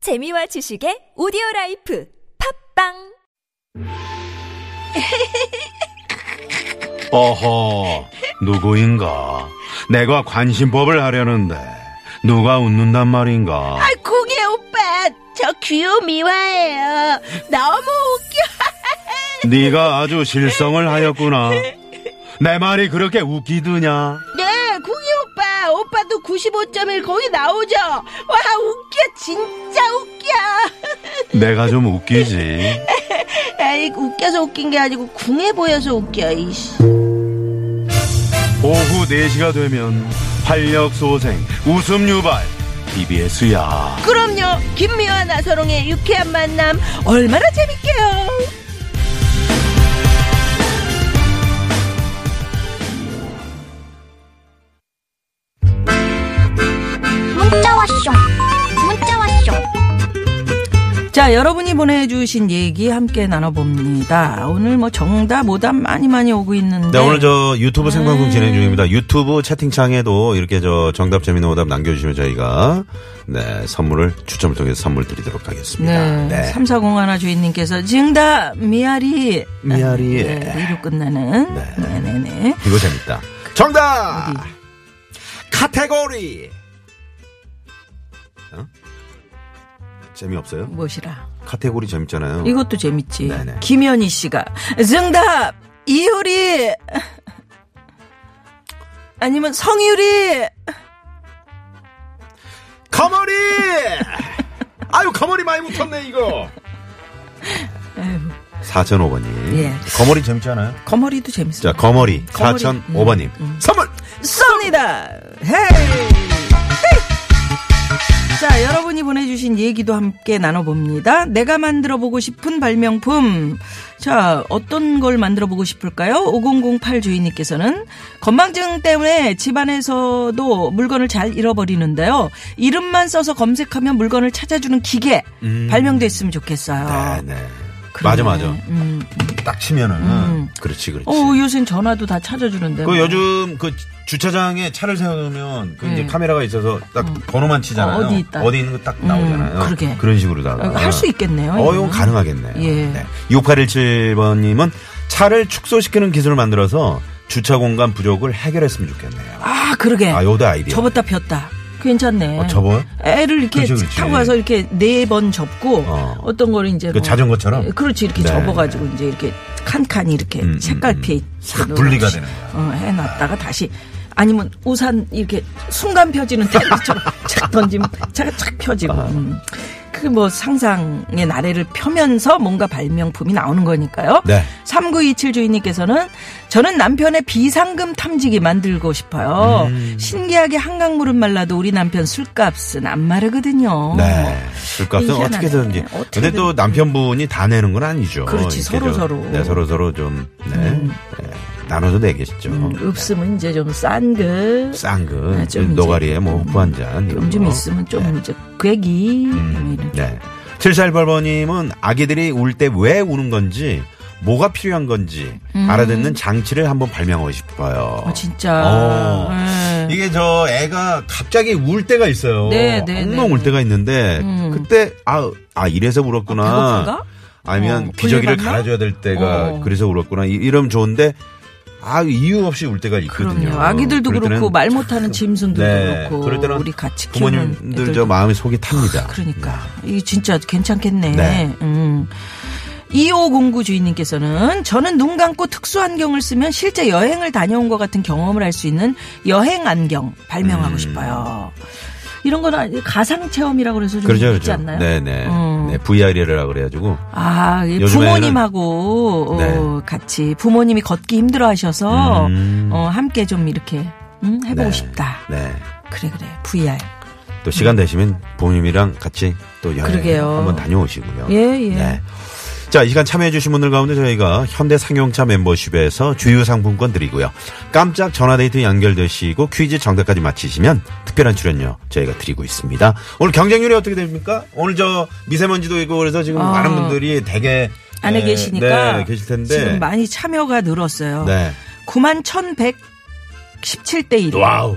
재미와 지식의 오디오 라이프 팝빵 어허, 누구인가? 내가 관심법을 하려는데 누가 웃는단 말인가? 아, 공예 오빠, 저 귀요 미화예요. 너무 웃겨. 네가 아주 실성을 하였구나. 내 말이 그렇게 웃기드냐? 네, 공예 오빠, 오빠도 95.1 거기 나오죠. 와, 웃겨, 진짜 웃겨. 내가 좀 웃기지. 에이, 웃겨서 웃긴 게 아니고 궁해 보여서 웃겨. 이씨. 오후 4시가 되면 활력 소생, 웃음 유발, TBS야. 그럼요, 김미화 나서롱의 유쾌한 만남 얼마나 재밌게요. 문자 왔쇼 문자 왔쇼 자, 여러분이 보내주신 얘기 함께 나눠봅니다. 오늘 뭐 정답, 오답 많이 많이 오고 있는데. 네, 오늘 저 유튜브 생방송 진행 중입니다. 유튜브 채팅창에도 이렇게 저 정답 재미있는 오답 남겨주시면 저희가 네 선물을 추첨을 통해서 선물 드리도록 하겠습니다. 네. 네. 3401 하나 주인님께서 정답, 미아리. 미아리. 네, 미로 끝나는. 예. 네. 네네네. 네. 이거 재밌다. 정답 카테고리 어? 재미없어요? 무엇이라. 카테고리 재밌잖아요. 이것도 재밌지. 어. 네네. 김현희 씨가 정답, 이효리. 아니면 성유리. 가머리 아유 가머리 많이 붙었네 이거 4,005번님 예. 거머리 재밌지 않아요? 거머리도 재밌어. 자, 거머리, 거머리. 음. 4,005번님. 선물! 쏩니다. 헤이. 헤이. 자, 여러분이 보내주신 얘기도 함께 나눠봅니다. 내가 만들어 보고 싶은 발명품. 자, 어떤 걸 만들어 보고 싶을까요? 5008 주인님께서는 건망증 때문에 집안에서도 물건을 잘 잃어버리는데요. 이름만 써서 검색하면 물건을 찾아주는 기계 발명됐으면 좋겠어요. 음. 네, 네. 아, 그러네. 맞아, 맞아. 음. 딱 치면은. 음. 그렇지, 그렇지. 어, 요새는 전화도 다 찾아주는데. 그 뭐. 요즘 그 주차장에 차를 세워놓으면 그 네. 이제 카메라가 있어서 딱 번호만 치잖아요. 음. 어, 어디 있다. 는 거 딱 나오잖아요. 그러게. 런 식으로다가. 할 수 있겠네요. 어, 이거는. 이건 가능하겠네요. 예. 네. 6817번님은 차를 축소시키는 기술을 만들어서 주차 공간 부족을 해결했으면 좋겠네요. 아, 그러게. 아, 요다 아이디어. 접었다 폈다. 괜찮네. 어, 접어요? 애를 이렇게 그치, 그치. 타고 와서 이렇게 네 번 접고 어. 어. 떤 거를 이제 그 자전거처럼? 예, 그렇지 이렇게 네. 접어가지고 이제 이렇게 칸칸이 이렇게 음, 음, 색깔피에 싹 분리가 되는 어, 해놨다가 다시 아니면 우산 이렇게 순간 펴지는 텐트처럼 착 던지면 차가 착 펴지고 어. 음. 그뭐 상상의 나래를 펴면서 뭔가 발명품이 나오는 거니까요. 네. 3927 주인님께서는 저는 남편의 비상금 탐지기 만들고 싶어요. 음. 신기하게 한강물은 말라도 우리 남편 술값은 안 마르거든요. 네. 술값은 어. 희한하네. 어떻게든지. 어떻게든. 근데 또 남편분이 다 내는 건 아니죠. 그렇지, 이렇게 서로 좀, 서로. 네, 서로 서로 좀, 네. 네, 나눠서 내겠죠. 음, 없으면 이제 좀 싼 그. 싼 거. 네, 좀 이제 노가리에 뭐, 호프 한 잔. 이런 좀 좀 거. 네. 있으면 좀 이제 괴기. 음, 네. 7418번님은 아기들이 울 때 왜 우는 건지, 뭐가 필요한 건지, 알아듣는 장치를 한번 발명하고 싶어요. 음. 어, 진짜. 어. 네. 이게 저 애가 갑자기 울 때가 있어요. 네, 네, 엉망 네. 울 때가 있는데 음. 그때 아, 아 이래서 울었구나. 아, 배고픈가? 아니면 어, 기저귀를 굴려봤나? 갈아줘야 될 때가 어. 그래서 울었구나. 이, 이러면 좋은데 아 이유 없이 울 때가 있거든요. 그럼요. 아기들도 그럴 때는 그렇고 말 못하는 짐승들도 네, 그렇고 그럴 때는 우리 같이 키우는 부모님들 애들도 저 마음이 속이 탑니다. 그러니까 이 진짜 괜찮겠네. 네. 음. 2509 주인님께서는 저는 눈 감고 특수 안경을 쓰면 실제 여행을 다녀온 것 같은 경험을 할 수 있는 여행 안경 발명하고 음. 싶어요. 이런 거는 가상 체험이라고 음, 그래서 좀 그렇죠, 있지 그렇죠. 않나요? 네네. 음. 네, VR이라 그래가지고 아, 이 요즘에는- 부모님하고 네. 어, 같이 부모님이 걷기 힘들어 하셔서 음. 어, 함께 좀 이렇게 음, 해보고 네. 싶다. 네. 그래 그래. VR. 또 시간 되시면 부모님이랑 같이 또 여행 그러게요. 한번 다녀오시고요. 예, 예. 네. 자, 이 시간 참여해주신 분들 가운데 저희가 현대 상용차 멤버십에서 주유 상품권 드리고요. 깜짝 전화데이트 연결되시고 퀴즈 정답까지 맞히시면 특별한 출연료 저희가 드리고 있습니다. 오늘 경쟁률이 어떻게 됩니까? 오늘 저 미세먼지도 있고 그래서 지금 아. 많은 분들이 되게 안에 네, 계시니까 네, 계실 텐데. 지금 많이 참여가 늘었어요. 네. 91,117대 1. 와우.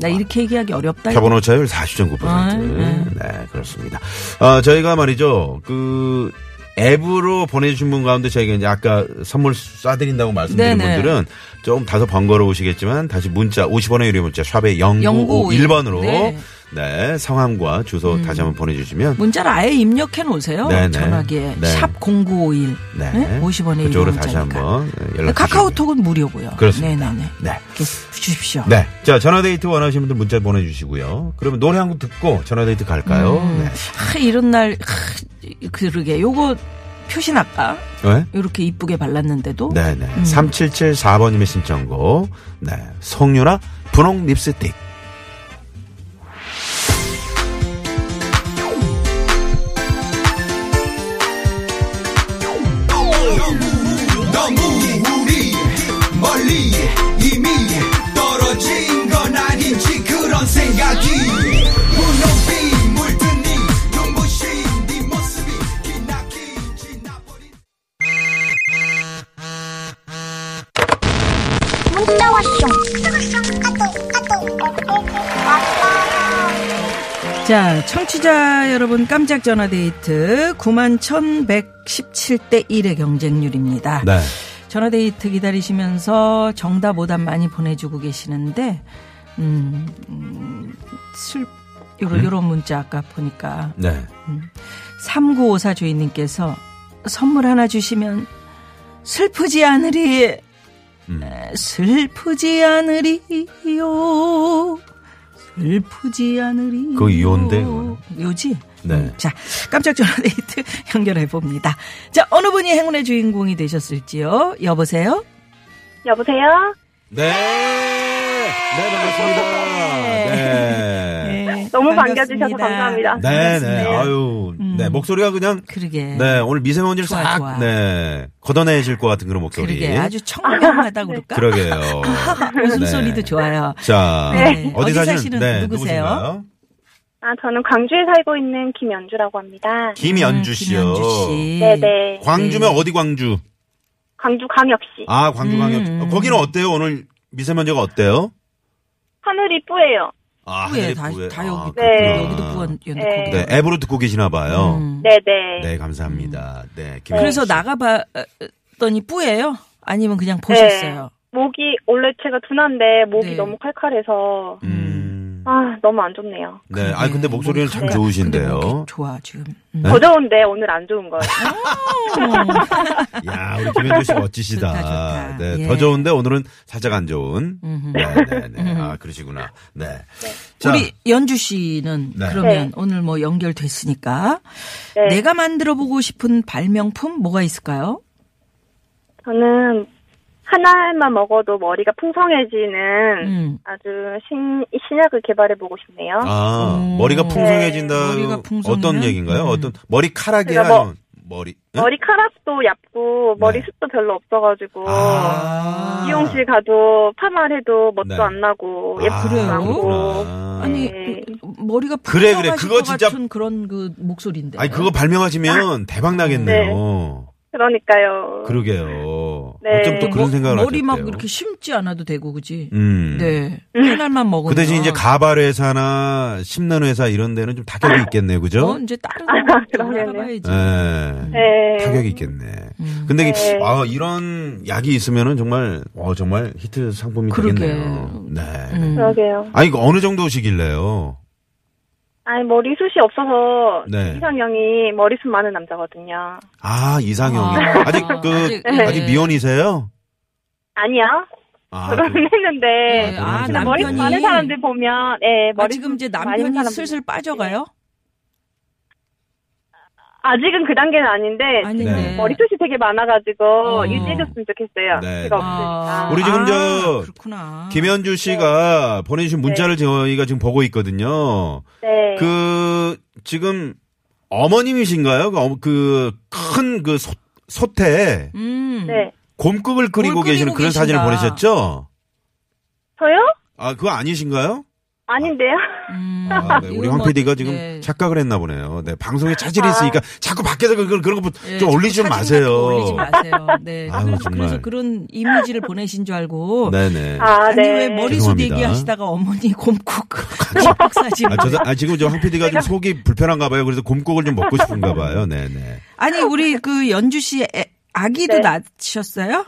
나 이렇게 얘기하기 어렵다. 이거. 표본오 차율 40.9%. 네, 그렇습니다. 아, 저희가 말이죠. 그 앱으로 보내주신 분 가운데 저희가 이제 아까 선물 쏴드린다고 말씀드린 네네. 분들은 좀 다소 번거로우시겠지만 다시 문자 50원의 유료 문자 샵의 0951번으로 네. 네. 음. 뭐, 성함과 주소 다시 한번 보내주시면 문자를 아예 입력해 놓으세요. 네네. 전화기에 네. 샵 0951. 네. 50원에 그쪽으로 다시 한번 예, 연락 네, 카카오톡은 무료고요. 그렇습니다. 네네네. 네. 이렇게 주십시오. 네. 자, 전화데이트 원하시는 분들 문자 보내주시고요. 그러면 노래 한 곡 듣고 전화데이트 갈까요? 음. 네. 하, 이런 날 하, 그러게 요거 표시할까? 네. 네? 요렇게 이쁘게 발랐는데도 네네. 3774번님의 신청곡. 네. 송유라 분홍 립스틱. 너무 우리 멀리 이미 떨어진 건 아닌지 그런 생각이 분홍빛 물든 이 눈부신 네 모습이 기나긴 지나버린 문자 왔쇼. 까똑, 까똑. 자, 청취자 여러분 깜짝 전화 데이트 91,117대 1의 경쟁률입니다. 네. 전화 데이트 기다리시면서 정답 오답 많이 보내주고 계시는데 음, 음, 슬 요런 요런 문자 아까 보니까 네. 3954 주인님께서 선물 하나 주시면 슬프지 않으리 음. 슬프지 않으리요 슬프지 않으리 그거 요인데, 그거는. 요지 네. 음, 자 깜짝 전화 데이트 연결해 봅니다 자 어느 분이 행운의 주인공이 되셨을지요 여보세요 여보세요? 네. 네, 반갑습니다. 네. 너무 반갑습니다. 반겨주셔서 감사합니다. 네, 네. 반갑습니다. 아유. 네. 목소리가 그냥. 그러게 네. 오늘 미세먼지를 좋아, 싹. 좋아. 네. 걷어내실 것 같은 그런 목소리. 그러게 아주 청량하다 그럴까 아, 그러게요. 웃음소리도 네. 좋아요 자. 네. 어디 어디 사시는, 사시는 네, 누구세요? 음, 누구신가요? 아, 저는 광주에 살고 있는 김연주라고 합니다. 김연주 씨요. 김현주 씨. 네네. 광주면 어디 광주? 광주 광역시. 아, 광주 광역. 음. 어, 거기는 어때요? 오늘 미세먼지가 어때요? 하늘이 뿌예요. 아, 뿌예, 하늘이 다, 뿌예. 다 아, 여기 그렇구나. 네. 여기도 뿌였는데 네. 거기도. 네, 앱으로 듣고 계시나 봐요. 음. 네네. 네, 감사합니다. 네, 김 그래서 나가봤더니 뿌예요? 아니면 그냥 네. 보셨어요? 목이, 원래 제가 둔한데 목이 네. 너무 칼칼해서, 음. 아, 너무 안 좋네요. 네, 아 근데 목소리는 참 그래. 근데 뭐 좋으신데요. 목이 좋아 지금. 음. 네? 더 좋은데 오늘 안 좋은 거예요. 야, 우리 김현주 씨 멋지시다. 좋다, 좋다. 네, 예. 더 좋은데 오늘은 살짝 안 좋은. 음흠. 네, 네, 네. 아, 그러시구나. 네. 자, 우리 연주 씨는 네. 그러면 네. 오늘 뭐 연결됐으니까 네. 내가 만들어 보고 싶은 발명품 뭐가 있을까요? 저는 하나만 먹어도 머리가 풍성해지는 음. 아주 신, 신약을 개발해보고 싶네요. 아, 음. 머리가 풍성해진다. 네. 머리가 풍성하면? 어떤 얘기인가요? 음. 어떤 머리카락이 그러니까 뭐- 아니면 머리. 응? 머리카락도 얇고, 머리 네. 숱도 별로 없어가지고, 아. 미용실 가도 파마를 해도 멋도 네. 안 나고 예쁘지도 그래요? 않고 그렇구나. 아니 네. 머리가 그래, 그래. 풍성하실 그거 것 진짜- 같은 그런 그 목소리인데. 아니 그거 발명하시면 대박 나겠네요. 그러니까요. 그러게요. 네. 어쩜 또 그런 머- 생각을 뭐, 머리 하셨대요. 막 이렇게 심지 않아도 되고 그지. 음. 네. 한 알만 먹으면. 아. 그 대신 이제 가발 회사나 심는 회사 이런 데는 좀 타격이 있겠네요, 어, 그죠? 이제 아, 다른 거 알아봐야지. 예. 네. 타격이 있겠네. 음. 근데 이게- 네. 아, 이런 약이 있으면은 정말 어 정말 히트 상품이 그러게. 되겠네요. 네. 음. 그러게요. 아니 이거 어느 정도시길래요? 아니 머리숱이 없어서 네. 이상형이 머리숱 많은 남자거든요. 아 이상형이 아, 아, 직 그 아직, 네. 아직 미혼이세요? 아니요. 아, 결혼 그- 했는데 네. 아, 그냥 머리 남편이. 네. 많은 사람들 보면 예, 아, 머리 지금 이제 많은 남편이 사람들. 슬슬 빠져가요? 아직은 그 단계는 아닌데 아닌데. 네. 머리숱이 되게 많아가지고 어. 유지해줬으면 좋겠어요. 네. 제가 아, 없으니까. 우리 지금 저 음. 그렇구나. 김현주 씨가 보내주신 네. 문자를 저희가 지금 보고 있거든요. 네. 그 지금 어머님이신가요? 그 큰 그 소태 음. 네. 곰국을 끓이고 뭘 끓이고 계시는 그런 계신가? 사진을 보내셨죠? 저요? 아 그거 아니신가요? 아닌데요. 아, 네. 우리 이건 황 뭐, PD가 지금 네. 착각을 했나 보네요. 네, 방송에 차질이 있으니까 자꾸 밖에서 그런, 그런 거 좀 예, 올리지 좀 자꾸 사진 같은 마세요. 거 올리지 마세요. 네. 아유, 그래서, 정말. 그래서 그런 이미지를 보내신 줄 알고. 네네. 아, 아, 아, 니 네. 왜 머리숱 죄송합니다. 얘기하시다가 어머니 곰국 박사지 저, 사- 아, 지금 저 황 PD가 좀 속이 불편한가 봐요. 그래서 곰국을 좀 먹고 싶은가 봐요. 네네. 아니 우리 그 연주 씨 애- 아기도 네. 낳으셨어요?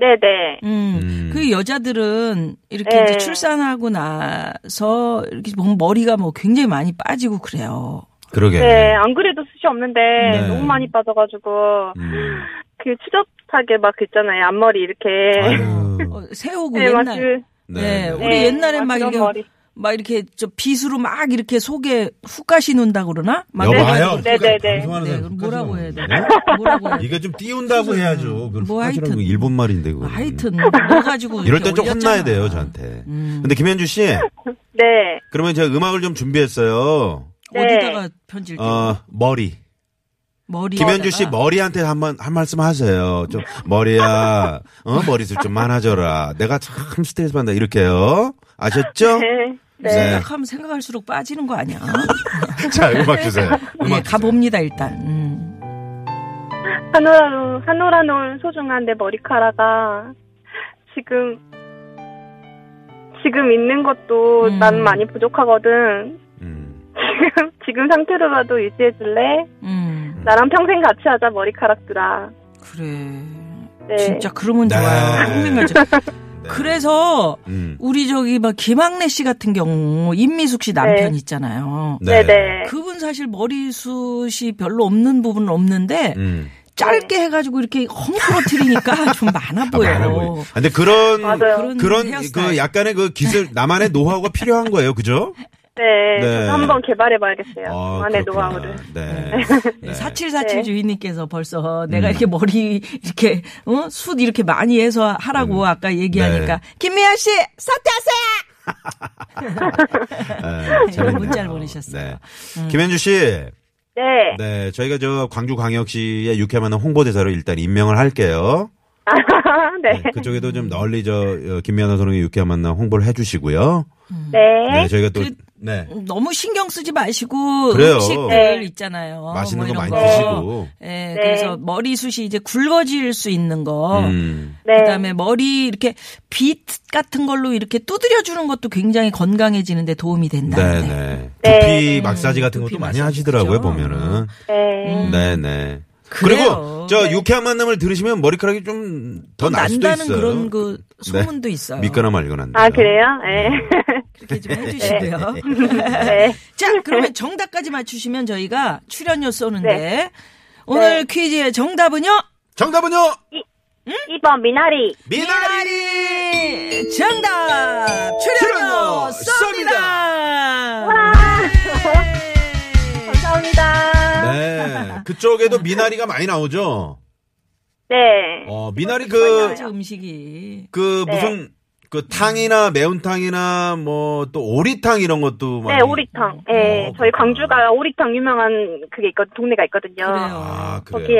네네. 음. 음. 그 여자들은 이렇게 네. 이제 출산하고 나서 이렇게 보면 머리가 뭐 굉장히 많이 빠지고 그래요. 그러게. 네, 안 그래도 숱이 없는데 네. 너무 많이 빠져가지고 음. 그 추적하게 막 있잖아요. 앞머리 이렇게. 아유. 네. 어, 세우고 네, 옛날 막 그- 네, 음. 네네. 우리 옛날에 막 막 그런 이렇게 머리. 막 이렇게 저 빗으로 막 이렇게 속에 훅가시 논다 그러나? 막 여봐요. 그러니까 그래가지고 네, 네, 네. 방송하는 네, 사람 그럼 뭐라고 해야 돼? 네? 뭐라고 해야 돼? 이게 좀 띄운다고 해야죠. 그걸 뭐 사실은 하여튼. 일본 말인데 그거. 하여튼 뭐 가지고 이럴 땐 좀 이렇게 올렸잖아. 혼나야 돼요 저한테. 음. 근데 김현주 씨, 네. 그러면 제가 음악을 좀 준비했어요. 네. 어디다가 편지를 어, 어 머리. 머리 김현주 씨 머리한테 한번 한 말씀 하세요. 좀 머리야, 어 머리숱 좀 많아져라. 내가 참 스트레스 받는다 이렇게요. 아셨죠? 네. 어? 네. 생각하면 생각할수록 빠지는 거 아니야? 자 음악 주세요. 예, 음악 주세요. 가봅니다 일단. 음. 한올한올 한올한올 소중한 내 머리카락아 지금 지금 있는 것도 음. 난 많이 부족하거든. 네. 음. 지금 지금 상태로라도 유지해 줄래? 음. 나랑 평생 같이 하자 머리카락들아. 그래. 네. 진짜 그러면 네. 좋아요. 평생 같이. 네. 그래서 음. 우리 저기 막 김학래 씨 같은 경우 임미숙 씨 남편 네. 있잖아요. 네네. 그분 사실 머리숱이 별로 없는 부분은 없는데 음. 짧게 해가지고 이렇게 헝클어트리니까 좀 많아 아, 많아 보이- 보여요. 아, 근데 그런 맞아요. 그런 그런 헤어스타일. 네. 그 약간의 그 기술 나만의 노하우가 필요한 거예요, 그죠? 네. 네. 그래서 한번 개발해 봐야겠어요. 아, 안에 그렇구나. 네, 노하우를. 네. 네. 음. 4747 네. 주인님께서 벌써 내가 이렇게 머리 이렇게 어? 숱 이렇게 많이 해서 하라고 아까 얘기하니까 네. 김미아 씨 사퇴하세요. 네, 재밌네요. 문자를 보내셨어요. 음. 네. 김현주 씨. 네. 네, 저희가 저 광주광역시의 유쾌만한 홍보대사로 일단 임명을 할게요. 네. 네, 그쪽에도 좀 널리 저 어, 김미아나 선홍의 유쾌한 만남 홍보를 해주시고요. 네. 네, 저희가 또 그- 네. 너무 신경 쓰지 마시고 그래요. 음식들 네. 있잖아요. 맛있는 뭐 거 이런 많이 거. 드시고. 예, 그래서 머리숱이 이제 굵어질 수 있는 거. 음, 네. 그다음에 머리 이렇게 빗 같은 걸로 이렇게 두드려 주는 것도 굉장히 건강해지는데 도움이 된다. 네, 네. 네. 두피 막사지 같은 두피 것도 많이 마사지, 하시더라고요, 그죠? 보면은. 네. 음. 네, 네. 그래요. 네. 그리고 저 유쾌한 만남을 들으시면 머리카락이 좀 더 날 수도 난다는 있어요. 네. 그런 그 소문도 있어요. 믿거나 말거나 안 돼요. 아, 그래요? 네. 음. 그렇게 좀 해주시고요. 네. 자, 그러면 정답까지 맞추시면 저희가 출연료 쏘는데 네. 오늘 퀴즈의 정답은요? 정답은요. 2번 미나리. 미나리. 정답 출연료 출연료 쏩니다. 감사합니다. 네. 그쪽에도 미나리가 많이 나오죠. 네. 어, 미나리 그, 퀴즈 음식이 그 네. 무슨 그 탕이나 매운탕이나 뭐 또 오리탕 이런 것도 많이. 네, 오리탕. 예. 어, 저희 그렇구나. 광주가 오리탕 유명한 그게 있거 동네가 있거든요. 그래요. 아, 아, 그래요. 거기에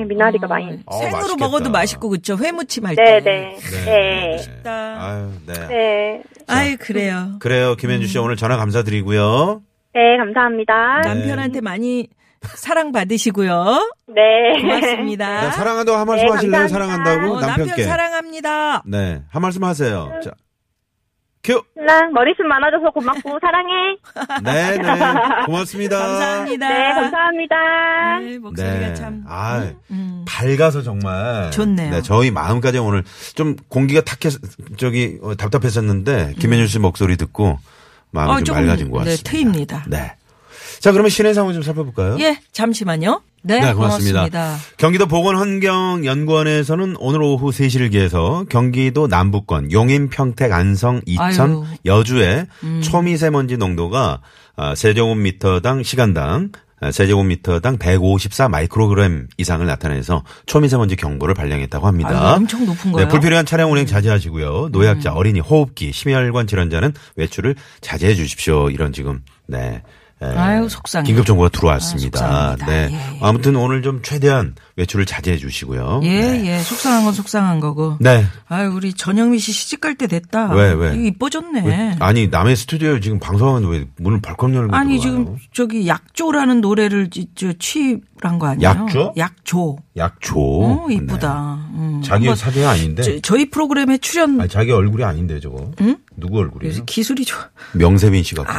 예, 미나리가 많이. 어, 생으로 맛있겠다. 먹어도 맛있고 그쵸? 회무침 할 네, 때. 네. 네. 네. 맛있다. 아유, 네. 네. 아이 그래요. 그래요. 김현주 씨 오늘 전화 감사드리고요. 네, 감사합니다. 남편한테 많이 사랑 받으시고요. 네. 고맙습니다. 자, 사랑한다고 한 말씀 네, 하실래요? 감사합니다. 사랑한다고 어, 남편 남편께. 사랑합니다. 네. 한 말씀 하세요. 자. 큐. 신랑 머리숱 많아져서 고맙고 사랑해. 네, 네. 고맙습니다. 감사합니다. 네, 감사합니다. 네, 목소리가 참 아, 음. 밝아서 정말 좋네요. 네, 저희 마음까지 오늘 좀 공기가 탁해 저기 어, 답답했었는데 김현준 씨 목소리 듣고 마음이 어, 좀 음. 조금, 맑아진 것 네, 같습니다. 트입니다. 네. 자, 그러면 시내 상황 좀 살펴볼까요? 예, 잠시만요. 네, 네, 고맙습니다. 고맙습니다. 경기도 보건환경연구원에서는 오늘 오후 3시를 기해서 경기도 남부권 용인 평택 안성 이천 아유. 음. 여주의 초미세먼지 농도가 아, 세제곱미터당 시간당 아, 세제곱미터당 154 마이크로그램 이상을 나타내서 초미세먼지 경보를 발령했다고 합니다. 아유, 엄청 높은 거예요. 음. 네, 불필요한 차량 운행 자제하시고요. 노약자, 어린이, 호흡기, 심혈관 질환자는 외출을 자제해 주십시오. 이런 지금 네 예, 아유, 속상해. 긴급 정보가 아, 들어왔습니다. 속상합니다. 네. 예, 예. 아무튼 오늘 좀 최대한 외출을 자제해 주시고요. 예, 네. 예. 속상한 건 속상한 거고. 네. 아유, 우리 전영미 씨 시집 갈 때 됐다. 왜, 왜? 이거 이뻐졌네. 왜- 아니 남의 스튜디오에 지금 방송하는데 왜 문을 벌컥 열고 들어와요? 아니 지금 저기 약조라는 노래를 지- 저 취입한 거 아니에요? 약조? 약조. 약초. 어, 이쁘다. 음. 네. 자기 한번 사진이 아닌데. 저, 저희 프로그램에 출연 아니, 예. 자기 얼굴이 아닌데 저거. 누구 요새 얼굴이에요? 기술이 좋아. 명세민 씨 같고.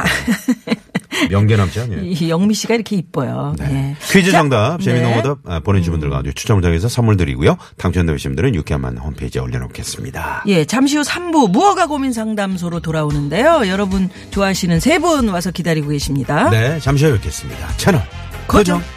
명계남 씨 아니에요? 이 영미 씨가 이렇게 이뻐요. 네. 예. 퀴즈 자, 정답 재미있는 네. 오답 아, 보내주신 분들 가운데 추첨을 통해서 선물 드리고요. 당첨되신 분들은 유쾌한 만 홈페이지에 올려놓겠습니다. 예, 잠시 후 3부 무허가 고민 상담소로 돌아오는데요. 여러분 좋아하시는 세 분 와서 기다리고 계십니다. 네, 잠시 후에 뵙겠습니다. 채널 고정. 고정.